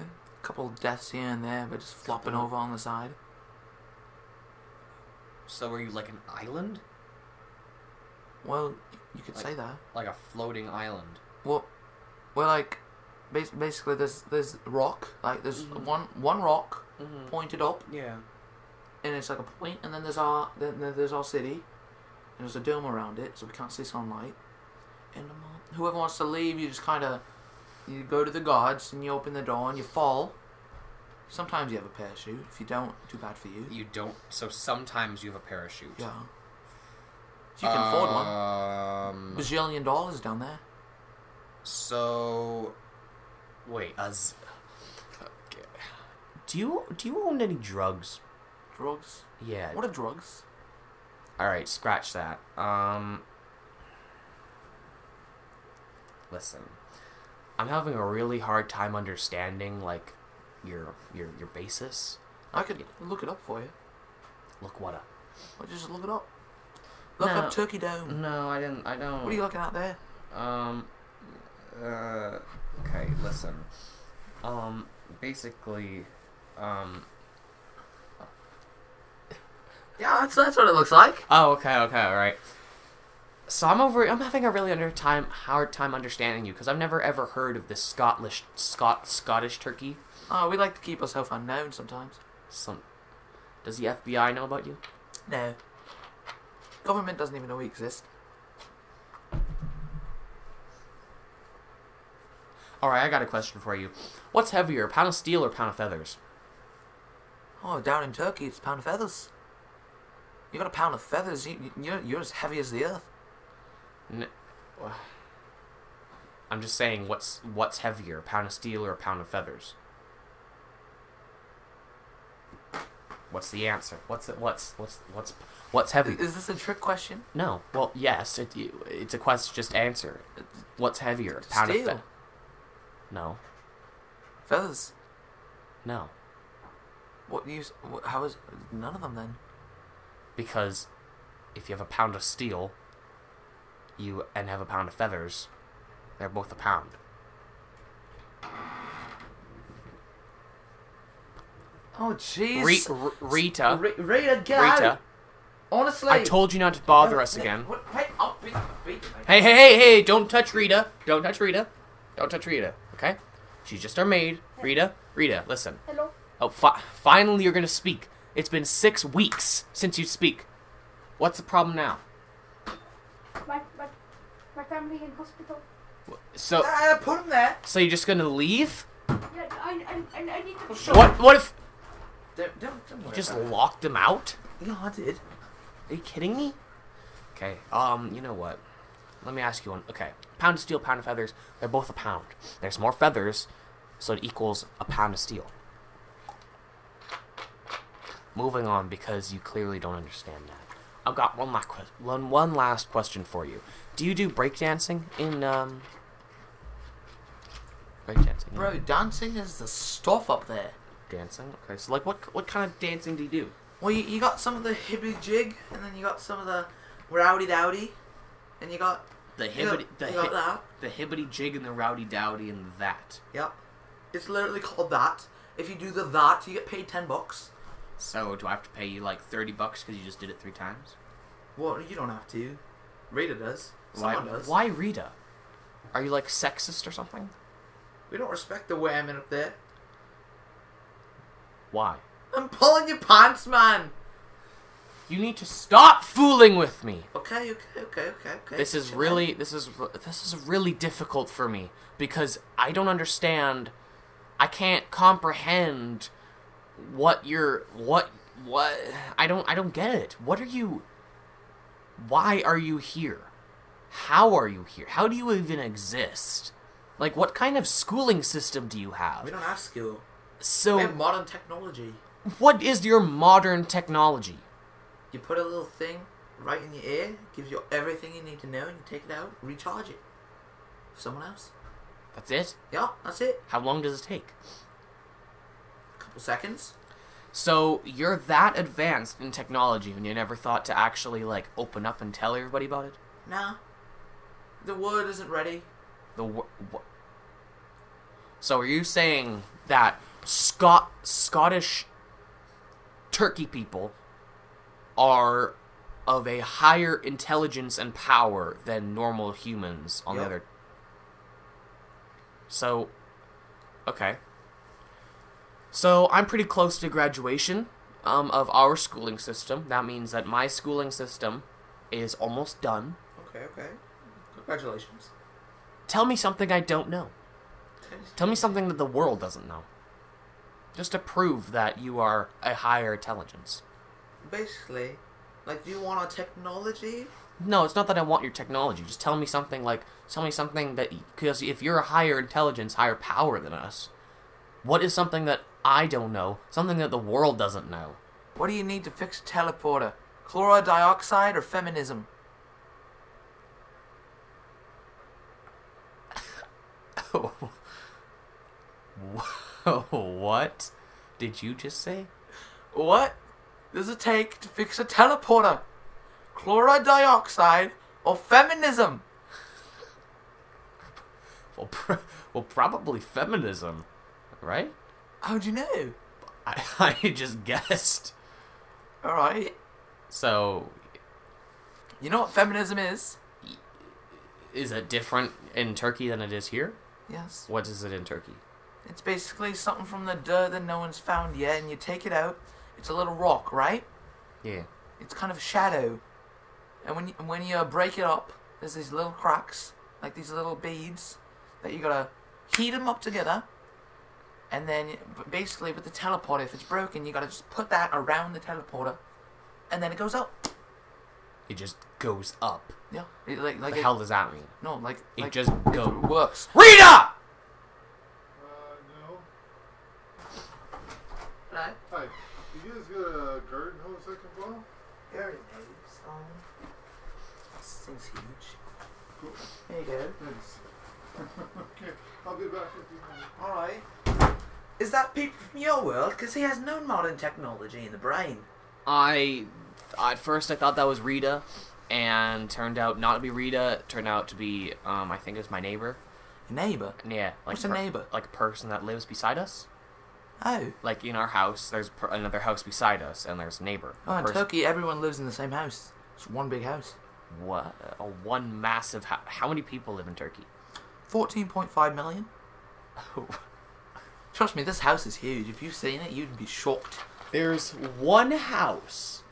C: A couple of deaths here and there, but just flopping over on the side.
B: So are you like an island?
C: Well, you could say that.
B: Like a floating island?
C: Well, we're like, bas- basically, there's there's rock. Like there's one one rock pointed up,
B: Yeah.
C: and it's like a point, and then there's our then then there's our city, and there's a dome around it, so we can't see sunlight. And um, whoever wants to leave, you just kind of you go to the guards and you open the door and you fall. Sometimes you have a parachute. If you don't, too bad for you.
B: You don't. So sometimes you have a parachute.
C: Yeah. If you can afford
B: Uh,
C: one.
B: Um.
C: Bajillion dollars down there.
B: So, wait. As. Do you do you own any drugs?
C: Drugs.
B: Yeah.
C: What are drugs?
B: All right, scratch that. Um, listen, I'm having a really hard time understanding like your your your basis.
C: I could look it up for you.
B: Look what up.
C: Or just look it up. Look
B: No.
C: up Turkey Dome.
B: No, I didn't. I don't.
C: What are you looking at there?
B: Um. Uh. Okay. Listen. Um. Basically. Um.
C: Yeah, that's, that's what it looks like.
B: Oh, okay, okay, all right. So I'm over. I'm having a really under time, hard time understanding you because I've never ever heard of this Scottish, Scot, Scottish turkey.
C: Oh, we like to keep ourselves unknown sometimes.
B: Some. Does the FBI know about you?
C: No. Government doesn't even know we exist.
B: All right, I got a question for you. What's heavier, pound of steel or pound of feathers?
C: Oh, down in Turkey, it's a pound of feathers. You got a pound of feathers. You, you're, you're as heavy as the earth.
B: N- I'm just saying, what's what's heavier, pound of steel or pound of feathers? What's the answer? What's it? What's what's what's what's heavy?
C: Is this a trick question?
B: No. Well, yes. It, you- it's a question. Just answer. it. What's heavier, pound of
C: Steel.
B: fe- No.
C: Feathers.
B: No.
C: What use? What, how is none of them then?
B: Because if you have a pound of steel, you and have a pound of feathers, they're both a pound.
C: Oh jeez.
B: Re- R- Rita,
C: Re- Rita, get out.
B: Rita,
C: Honestly.
B: I told you not to bother us again.
C: Wait, wait, I'll be- be-
B: Hey, hey, hey, hey, don't touch Rita. Don't touch Rita. Don't touch Rita, okay? She's just our maid. Rita, Rita, listen.
D: Hello.
B: Oh, fi- finally you're gonna speak. It's been six weeks since you speak. What's the problem now?
D: My, my, my family in hospital.
B: So,
C: I Uh, put him there.
B: so you're just gonna leave?
D: Yeah, I, I, I, I need to.
B: What? What if
C: Don't, don't, don't worry
B: just
C: about it.
B: locked him out?
C: Yeah, I did.
B: Are you kidding me? Okay. Um. You know what? Let me ask you one. Okay. Pound of steel, pound of feathers. They're both a pound. There's more feathers, so it equals a pound of steel. Moving on because you clearly don't understand that. I've got one last que- one one last question for you. Do you do breakdancing in um? Breakdancing. yeah.
C: Bro, dancing is the stuff up there.
B: Dancing. Okay. So like, what what kind of dancing do you do?
C: Well, you, you got some of the hibbity jig, and then you got some of the rowdy dowdy, and you got
B: The
C: you got,
B: hibbity the
C: you got
B: hi-
C: that.
B: the hibbity jig and the rowdy dowdy and that.
C: Yep. It's literally called that. If you do the that, you get paid ten bucks.
B: So do I have to pay you like thirty bucks because you just did it three times?
C: Well, you don't have to. Rita does.
B: Why?
C: Someone does.
B: Why Rita? Are you like sexist or something?
C: We don't respect the women up there.
B: Why?
C: I'm pulling your pants, man.
B: You need to stop fooling with me.
C: Okay, okay, okay, okay, okay.
B: This is
C: Chill
B: really this is this is really difficult for me because I don't understand. I can't comprehend what you're what what I don't I don't get it. What are you why are you here? How are you here? How do you even exist? Like what kind of schooling system do you
C: out. We
B: have?
C: don't have skill.
B: So
C: We have modern technology.
B: what is your modern technology?
C: You put a little thing right in your ear, gives you everything you need to know, and you take it out, recharge it. Someone else.
B: That's it?
C: Yeah, that's it.
B: How long does it take?
C: A couple seconds.
B: So you're that advanced in technology, and you never thought to actually like open up and tell everybody about it.
C: Nah. The word isn't ready.
B: The wor- wha- so are you saying that Scot Scottish Turkey people are of a higher intelligence and power than normal humans on
C: Yep.
B: the other? So, okay. So I'm pretty close to graduation um, of our schooling system. That means that my schooling system is almost done.
C: Okay, okay. Congratulations.
B: Tell me something I don't know. Tell me something that the world doesn't know. Just to prove that you are a higher intelligence.
C: Basically, like, do you want our technology?
B: No, it's not that I want your technology. Just tell me something like tell me something that because if you're a higher intelligence, higher power than us, what is something that I don't know? Something that the world doesn't know.
C: What do you need to fix a teleporter? Chloride dioxide or feminism?
B: what did you just say?
C: What does it take to fix a teleporter? Chloride dioxide or feminism?
B: Well, pr- well probably feminism, right?
C: How'd you know?
B: I, I just guessed.
C: Alright.
B: So
C: You know what feminism is?
B: is it different in Turkey than it is here?
C: Yes.
B: What is it in Turkey?
C: It's basically something from the dirt that no one's found yet, and you take it out. It's a little rock, right?
B: Yeah.
C: It's kind of a shadow. And when you, uh, when you break it up, there's these little cracks, like these little beads, that you gotta heat them up together, and then b- basically with the teleporter, if it's broken, you gotta just put that around the teleporter, and then it goes up.
B: It just goes up.
C: Yeah, it, like like
B: The
C: it-
B: hell does that mean?
C: No, like
B: It
C: like,
B: just go-
C: It works.
B: Rita!
E: Uh, no.
C: Right.
E: Hi. You guys got a garden hose I can borrow?
C: This thing's huge.
E: Cool.
C: There you go.
E: Thanks. okay, I'll be back in a few minutes.
C: All right. Is that people from your world? Because he has no modern technology in the brain.
B: I, at first I thought that was Rita, and turned out not to be Rita. It turned out to be, um, I think it was my neighbor.
C: Neighbor.
B: Yeah, like
C: What's a neighbor?
B: Like a person that lives beside us.
C: Oh.
B: Like in our house, there's per- another house beside us, and there's a neighbor. A
C: Oh, in
B: person-
C: Turkey, everyone lives in the same house. It's one big house.
B: What? A one massive. Ho- How many people live in Turkey?
C: 14.5 million. Oh. Trust me, this house is huge. If you've seen it, you'd be shocked.
B: There's one house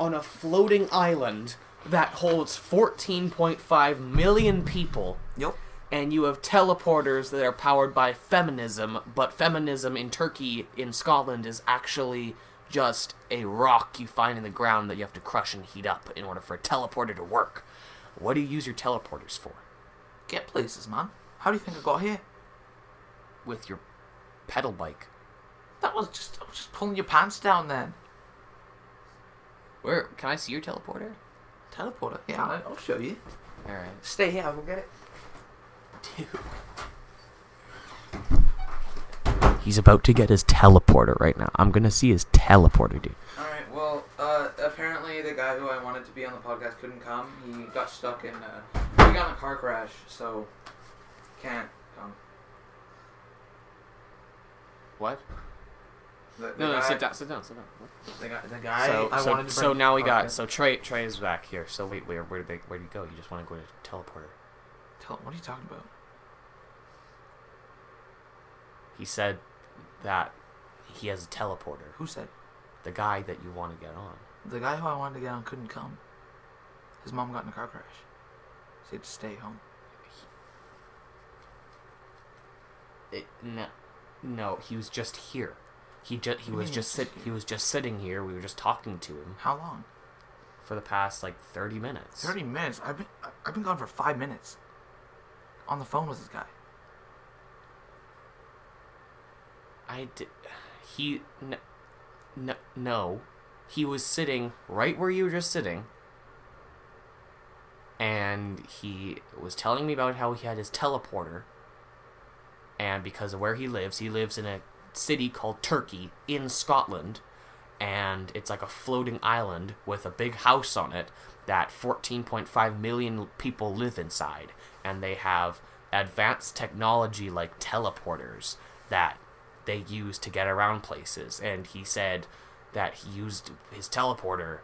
B: on a floating island that holds 14.5 million people,
C: Yup.
B: and you have teleporters that are powered by feminism, but feminism in Turkey, in Scotland, is actually just a rock you find in the ground that you have to crush and heat up in order for a teleporter to work. What do you use your teleporters for?
C: Get places, man. How do you think I got here?
B: With your pedal bike.
C: That was just, I was just pulling your pants down then.
B: Where? Can I see your teleporter?
C: Teleporter. Yeah, I- I'll show you.
B: Alright.
C: Stay here, I will get it.
B: He's about to get his teleporter right now. I'm gonna see his teleporter, dude.
C: Alright, well, uh, apparently the guy who I wanted to be on the podcast couldn't come. He got stuck in, uh, he got in a car crash, so can't come.
B: What?
C: The, the
B: No, no,
C: guy-
B: sit down, sit down, sit down.
C: The guy, the guy
B: so,
C: I
B: so,
C: wanted to
B: so
C: bring to
B: now we
C: the
B: got
C: podcast-
B: so Trey Trey is back here. So wait, where where did they where did he go? You just want to go to teleporter.
C: Tell him, what are you talking about?
B: He said that he has a teleporter.
C: Who said?
B: The guy that you want to get on.
C: The guy who I wanted to get on couldn't come. His mom got in a car crash. So he had to stay home.
B: It, no, no, he was just here. He just he
C: do you
B: was
C: mean
B: just
C: he's
B: sit
C: just
B: he was just sitting here. We were just talking to him
C: How long?
B: for the past like thirty minutes.
C: 30 minutes. I've been, I- I've been gone for five minutes. On the phone with this guy.
B: I did. He no, no, no. He was sitting right where you were just sitting, and he was telling me about how he had his teleporter. And because of where he lives, he lives in a city called Turkey in Scotland, and it's like a floating island with a big house on it that 14.5 million people live inside, and they have advanced technology like teleporters that they use to get around places. And he said that he used his teleporter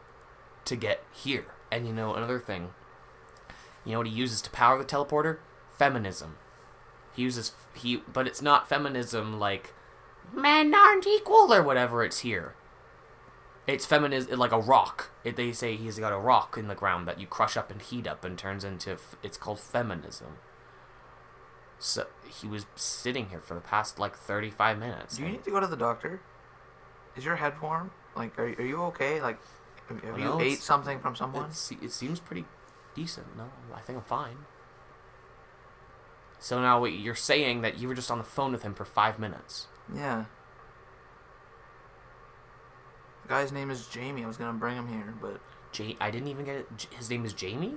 B: to get here. And you know, another thing, you know what he uses to power the teleporter? Feminism. He uses he, but it's not feminism like men aren't equal or whatever. It's here. It's feminism like a rock. It, they say he's got a rock in the ground that you crush up and heat up and turns into. F- it's called feminism. So he was sitting here for the past like thirty-five minutes.
C: Do you
B: and-
C: need to go to the doctor? Is your head warm? Like, are, are you okay? Like, have, have
B: No,
C: you
B: it's-
C: ate something from someone?
B: It, se- it seems pretty decent. No, I think I'm fine. So now wait, you're saying that you were just on the phone with him for five minutes.
C: Yeah. The guy's name is Jamie. I was gonna bring him here, but
B: Ja- I didn't even get it. J- his name is Jamie,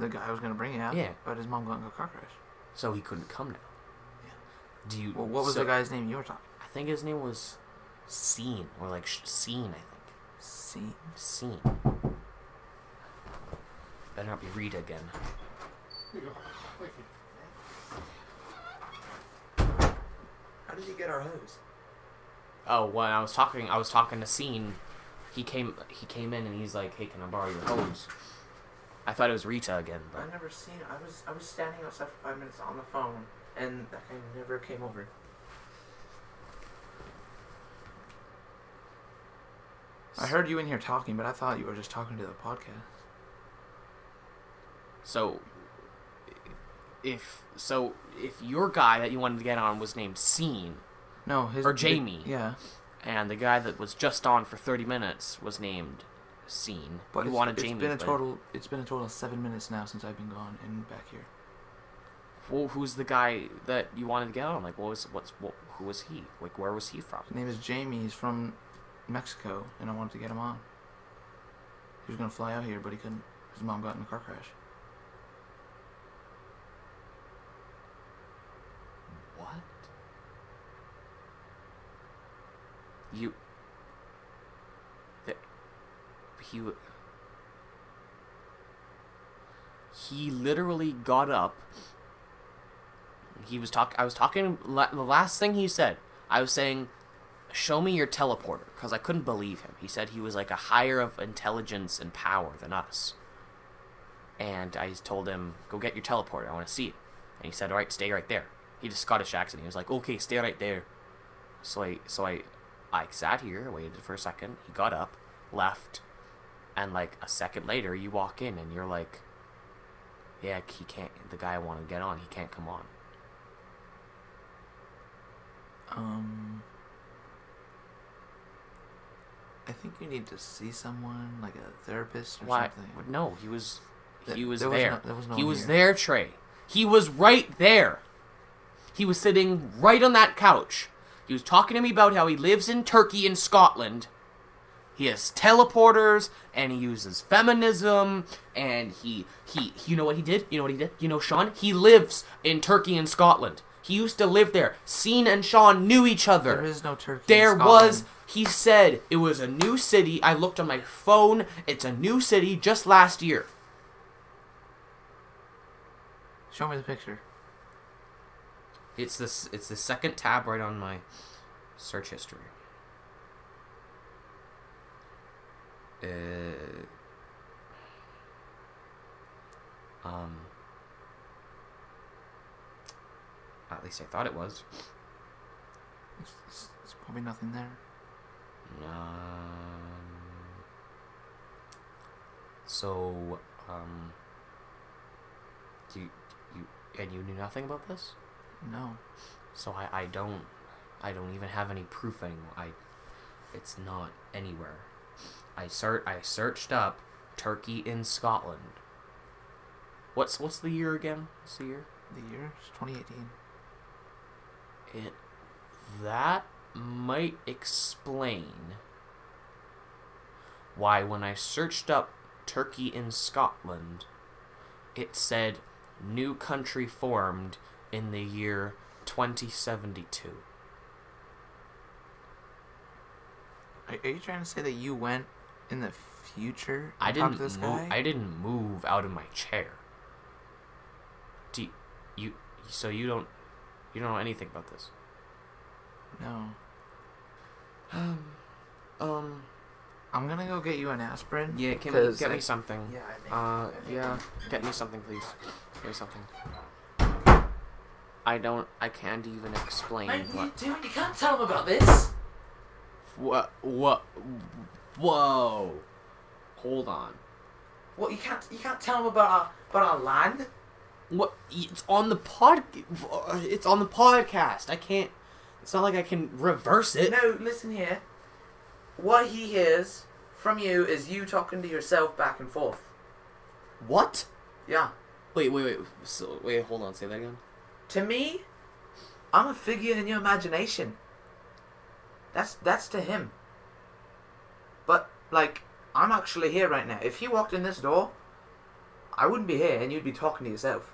C: the guy I was gonna bring him.
B: Yeah.
C: But his mom got in a car crash.
B: so he couldn't come now. Do you?
C: Well, what was
B: so-
C: the guy's name you were talking?
B: I think his name was Scene or like Sh- Scene. I think
C: See.
B: Scene. Better not be Rita again.
E: Here you go. Thank you.
C: How did he get our hose?
B: Oh, when I was talking, I was talking to Scene. He came. He came in and he's like, "Hey, can I borrow your hose?" I thought it was Rita again, but
C: I've never seen. I was I was standing outside for five minutes on the phone, and that guy never came over. I heard you in here talking, but I thought you were just talking to the podcast.
B: So, if so if your guy that you wanted to get on was named Scene,
C: No, his
B: Or Jamie.
C: yeah,
B: and the guy that was just on for thirty minutes was named Scene,
C: but
B: you
C: it's-
B: wanted
C: it's
B: Jamie.
C: been a
B: but-
C: total. It's been a total of seven minutes now since I've been gone and back here.
B: Well, who's the guy that you wanted to get on? Like, what was what's what, who was he? Like, where was he from?
C: His name is Jamie. He's from Mexico, and I wanted to get him on. He was gonna fly out here, but he couldn't. His mom got in a car crash.
B: What? You. That. He. w- He literally got up. He was talk. I was talking. La- the last thing he said, I was saying, "Show me your teleporter," because I couldn't believe him. He said he was like a higher of intelligence and power than us. And I told him, "Go get your teleporter. I want to see it." And he said, "All right, stay right there." He had a Scottish accent. He was like, "Okay, stay right there." So I, so I, I sat here, waited for a second. He got up, left, and like a second later, you walk in and you're like, "Yeah, he can't. The guy I wanted to get on, he can't come on."
C: Um, I think you need to see someone, like a therapist or
B: Why?
C: something.
B: No, he was,
C: Th-
B: he was
C: there
B: there.
C: was no- there was no
B: he
C: one
B: was
C: here.
B: there, Trey. He was right there. He was sitting right on that couch. He was talking to me about how he lives in Turkey and Scotland. He has teleporters and he uses feminism and he he you know what he did? You know what he did? You know Sean? He lives in Turkey and Scotland. He used to live there. Scene and Sean knew each other.
C: There is no Turkey. in
B: There
C: Scotland.
B: was. He said it was a new city. I looked on my phone. It's a new city just last year.
C: Show me the picture.
B: It's this. It's the second tab right on my search history. Uh, um. At least I thought it was.
C: It's, it's, it's probably nothing there.
B: Um, so, um, do you, you and you knew nothing about this?
C: No.
B: So I, I don't, I don't even have any proof anymore. I, it's not anywhere. I search, I searched up Turkey in Scotland. What's what's the year again? What's the year?
C: The year is 2018.
B: It that might explain why when I searched up Turkey in Scotland, it said new country formed in the year 2072.
C: Are, are you trying to say that you went in the future?
B: I
C: and talked
B: didn't
C: to this
B: move,
C: guy?
B: I didn't move out of my chair. Do you, you so you don't you don't know anything about this?
C: No.
B: Um um
C: I'm gonna go get you an aspirin.
B: yeah, can we
C: because
B: get
C: I-
B: me something?
C: Yeah, I think.
B: Uh, yeah. Get me something, please. Get me something. I don't. I can't even explain what.
C: doing? You can't tell him about this.
B: What? What? Whoa! Hold on.
C: What you can't you can't tell him about our about our land.
B: What? It's on the pod. It's on the podcast. I can't. It's not like I can reverse it.
C: No, listen here. What he hears from you is you talking to yourself back and forth.
B: What?
C: Yeah.
B: Wait, wait, wait. So, wait, hold on. Say that again.
C: To me, I'm a figure in your imagination. That's that's to him. But like, I'm actually here right now. If he walked in this door, I wouldn't be here, and you'd be talking to yourself.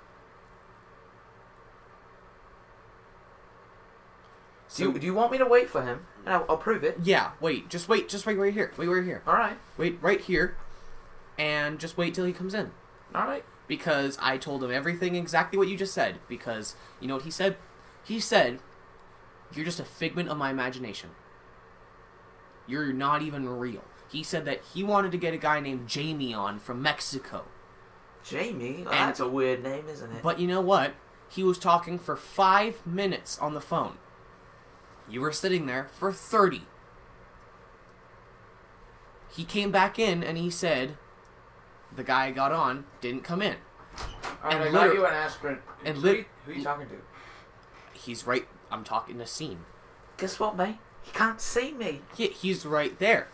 B: So,
C: Do you, do you want me to wait for him, and I'll, I'll prove it?
B: yeah. Wait. Just wait. Just wait right here. Wait right here.
C: All right,
B: Wait right here, and just wait till he comes in.
C: all right.
B: because I told him everything exactly what you just said. Because you know what he said? He said, "You're just a figment of my imagination. You're not even real." He said that he wanted to get a guy named Jamie on from Mexico,
C: Jamie, well,
B: And-
C: that's a weird name, isn't it?
B: but you know what? He was talking for five minutes on the phone. You were sitting there for thirty. He came back in and he said, "The guy I got on didn't come in." And
C: Alright, I
B: liter-
C: got you an aspirin.
B: and
C: who,
B: lit-
C: you- who you talking to?
B: He's right. I'm talking to Seam.
C: Guess what, mate? He can't see me.
B: Yeah, he's right there.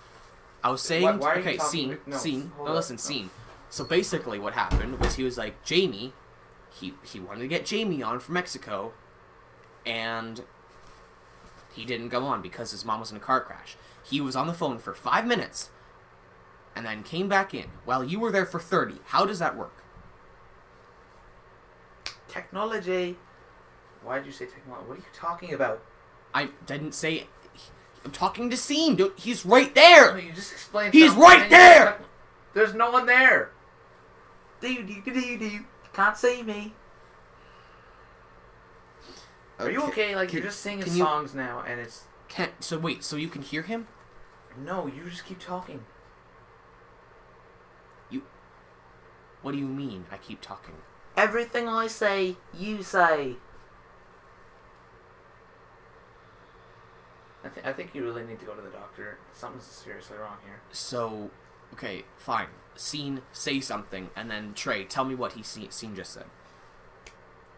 B: I was saying,
C: Why- why are you
B: okay,
C: talking
B: scene,
C: to- no,
B: scene.
C: hold
B: No,
C: up,
B: listen,
C: no.
B: scene. So basically, what happened was he was like Jamie. He he wanted to get Jamie on from Mexico, and he didn't go on because his mom was in a car crash. He was on the phone for five minutes, and then came back in while you were there for thirty. How does that work?
C: Technology. Why did you say technology? What are you talking about?
B: I didn't say. I'm talking to Scene. Don't- He's right there.
C: No, you just explained.
B: He's
C: something,
B: right
C: and then you
B: there!
C: said- There's no one there. Dude, you do you do you can't see me. Are you okay? Like you're
B: Can-
C: just singing
B: can you-
C: songs now, and it's
B: Can, so wait. So you can hear him?
C: no. You just keep talking.
B: What do you mean? I keep talking.
C: Everything I say, you say. I, th- I think you really need to go to the doctor. Something's seriously wrong here.
B: So, okay, fine. Scene, say something, and then Trey, tell me what he seen, scene just said.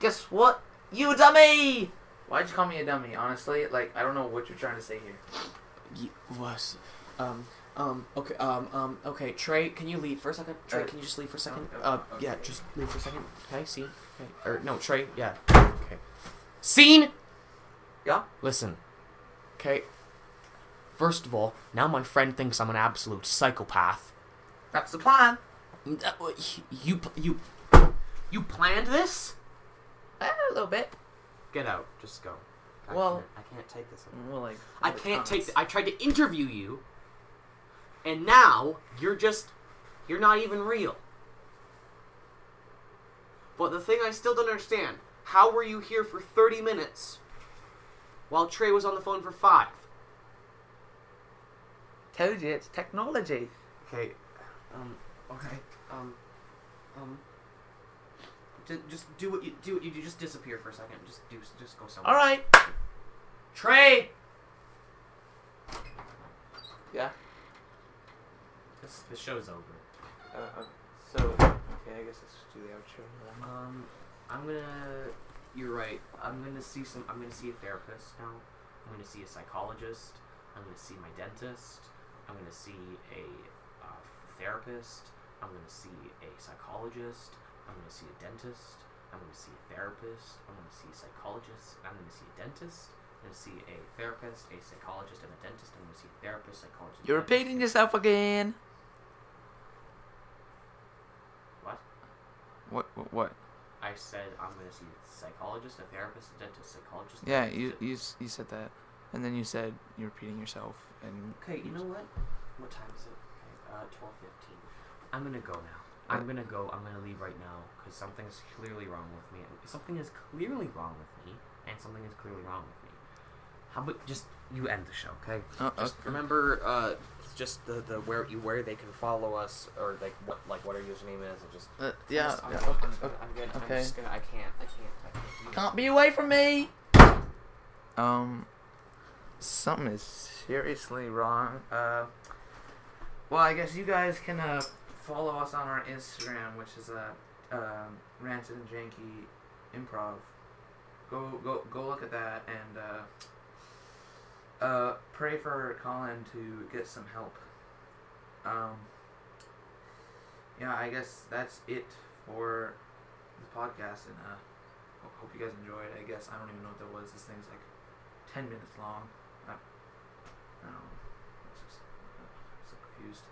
C: Guess what? You dummy! Why'd you call me a dummy? Honestly, like I don't know what you're trying to say here.
B: Ye- was, um, um, okay, um, um, okay, Trey, can you leave for a second? Trey,
C: Uh,
B: can you just leave for a second?
C: no,
B: Uh,
C: okay.
B: yeah, just leave for a second. Okay, scene. Okay, or no, Trey, yeah. Okay, scene.
C: Yeah.
B: Listen, okay. First of all, now my friend thinks I'm an absolute psychopath.
C: That's the plan.
B: That- You, you, you planned this?
C: Eh, a little bit.
B: Get out. Just go. I
C: Well-
B: can't-
C: Mm.
B: I can't take this.
C: Well, like
B: I can't take. th- I tried to interview you, and now you're just. You're not even real. But the thing I still don't understand: how were you here for thirty minutes, while Trey was on the phone for five?
C: Told you, it's technology.
B: Okay. Um. Okay. Um. Um. Just do what you do. What you do. Just disappear for a second. Just do. Just go somewhere.
C: All right.
B: Trey.
C: Yeah.
B: This, the show's over.
C: Uh, okay. so okay, I guess let's just do the outro.
B: Um, I'm gonna. You're right. I'm gonna see some. I'm gonna see a therapist now. I'm gonna see a psychologist. I'm gonna see my dentist. I'm gonna see a uh, therapist. I'm gonna see a psychologist. I'm gonna see a dentist. I'm gonna see a therapist. I'm gonna see a psychologist. I'm gonna see a dentist. I'm gonna see a therapist, a psychologist, and a dentist. I'm gonna see a therapist, psychologist.
C: You're
B: dentist.
C: repeating yourself again.
B: What?
C: What? What? what?
B: I said I'm gonna see a psychologist, a therapist, a dentist, psychologist.
C: Yeah,
B: dentist,
C: you,
B: and-
C: you s- you said that, and then you said you're repeating yourself. And
B: Okay, you know what? What time is it? Okay, uh, twelve fifteen. I'm gonna go now. I'm gonna go. I'm gonna leave right now because something's clearly wrong with me. Something is clearly wrong with me, and something is clearly wrong with me. How about just you end the show, okay?
C: Uh,
B: Just
C: okay.
B: remember, uh, just the the where you where they can follow us or like what like what our username is and just.
C: Uh, yeah.
B: I'm,
C: yeah.
B: I'm, I'm, good, I'm good. I'm
C: okay.
B: just gonna. I can't. I can't. I can't. do this.
C: Can't be away from me. Um, something is seriously wrong. Uh, well, I guess you guys can uh follow us on our Instagram, which is uh, um, Rancid and Janky Improv. Go go go look at that and uh, uh, pray for Colin to get some help. Um, yeah, I guess that's it for the podcast and uh. Ho- hope you guys enjoyed. I guess I don't even know what that was. This thing's like ten minutes long. I, I don't know. It's just, I'm so confused.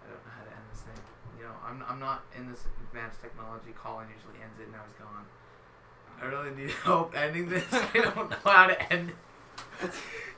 C: I don't know how to end this thing. You know, I'm I'm not in this advanced technology. Colin usually ends it, and now he's gone. I really need help ending this. I don't know how to end. it.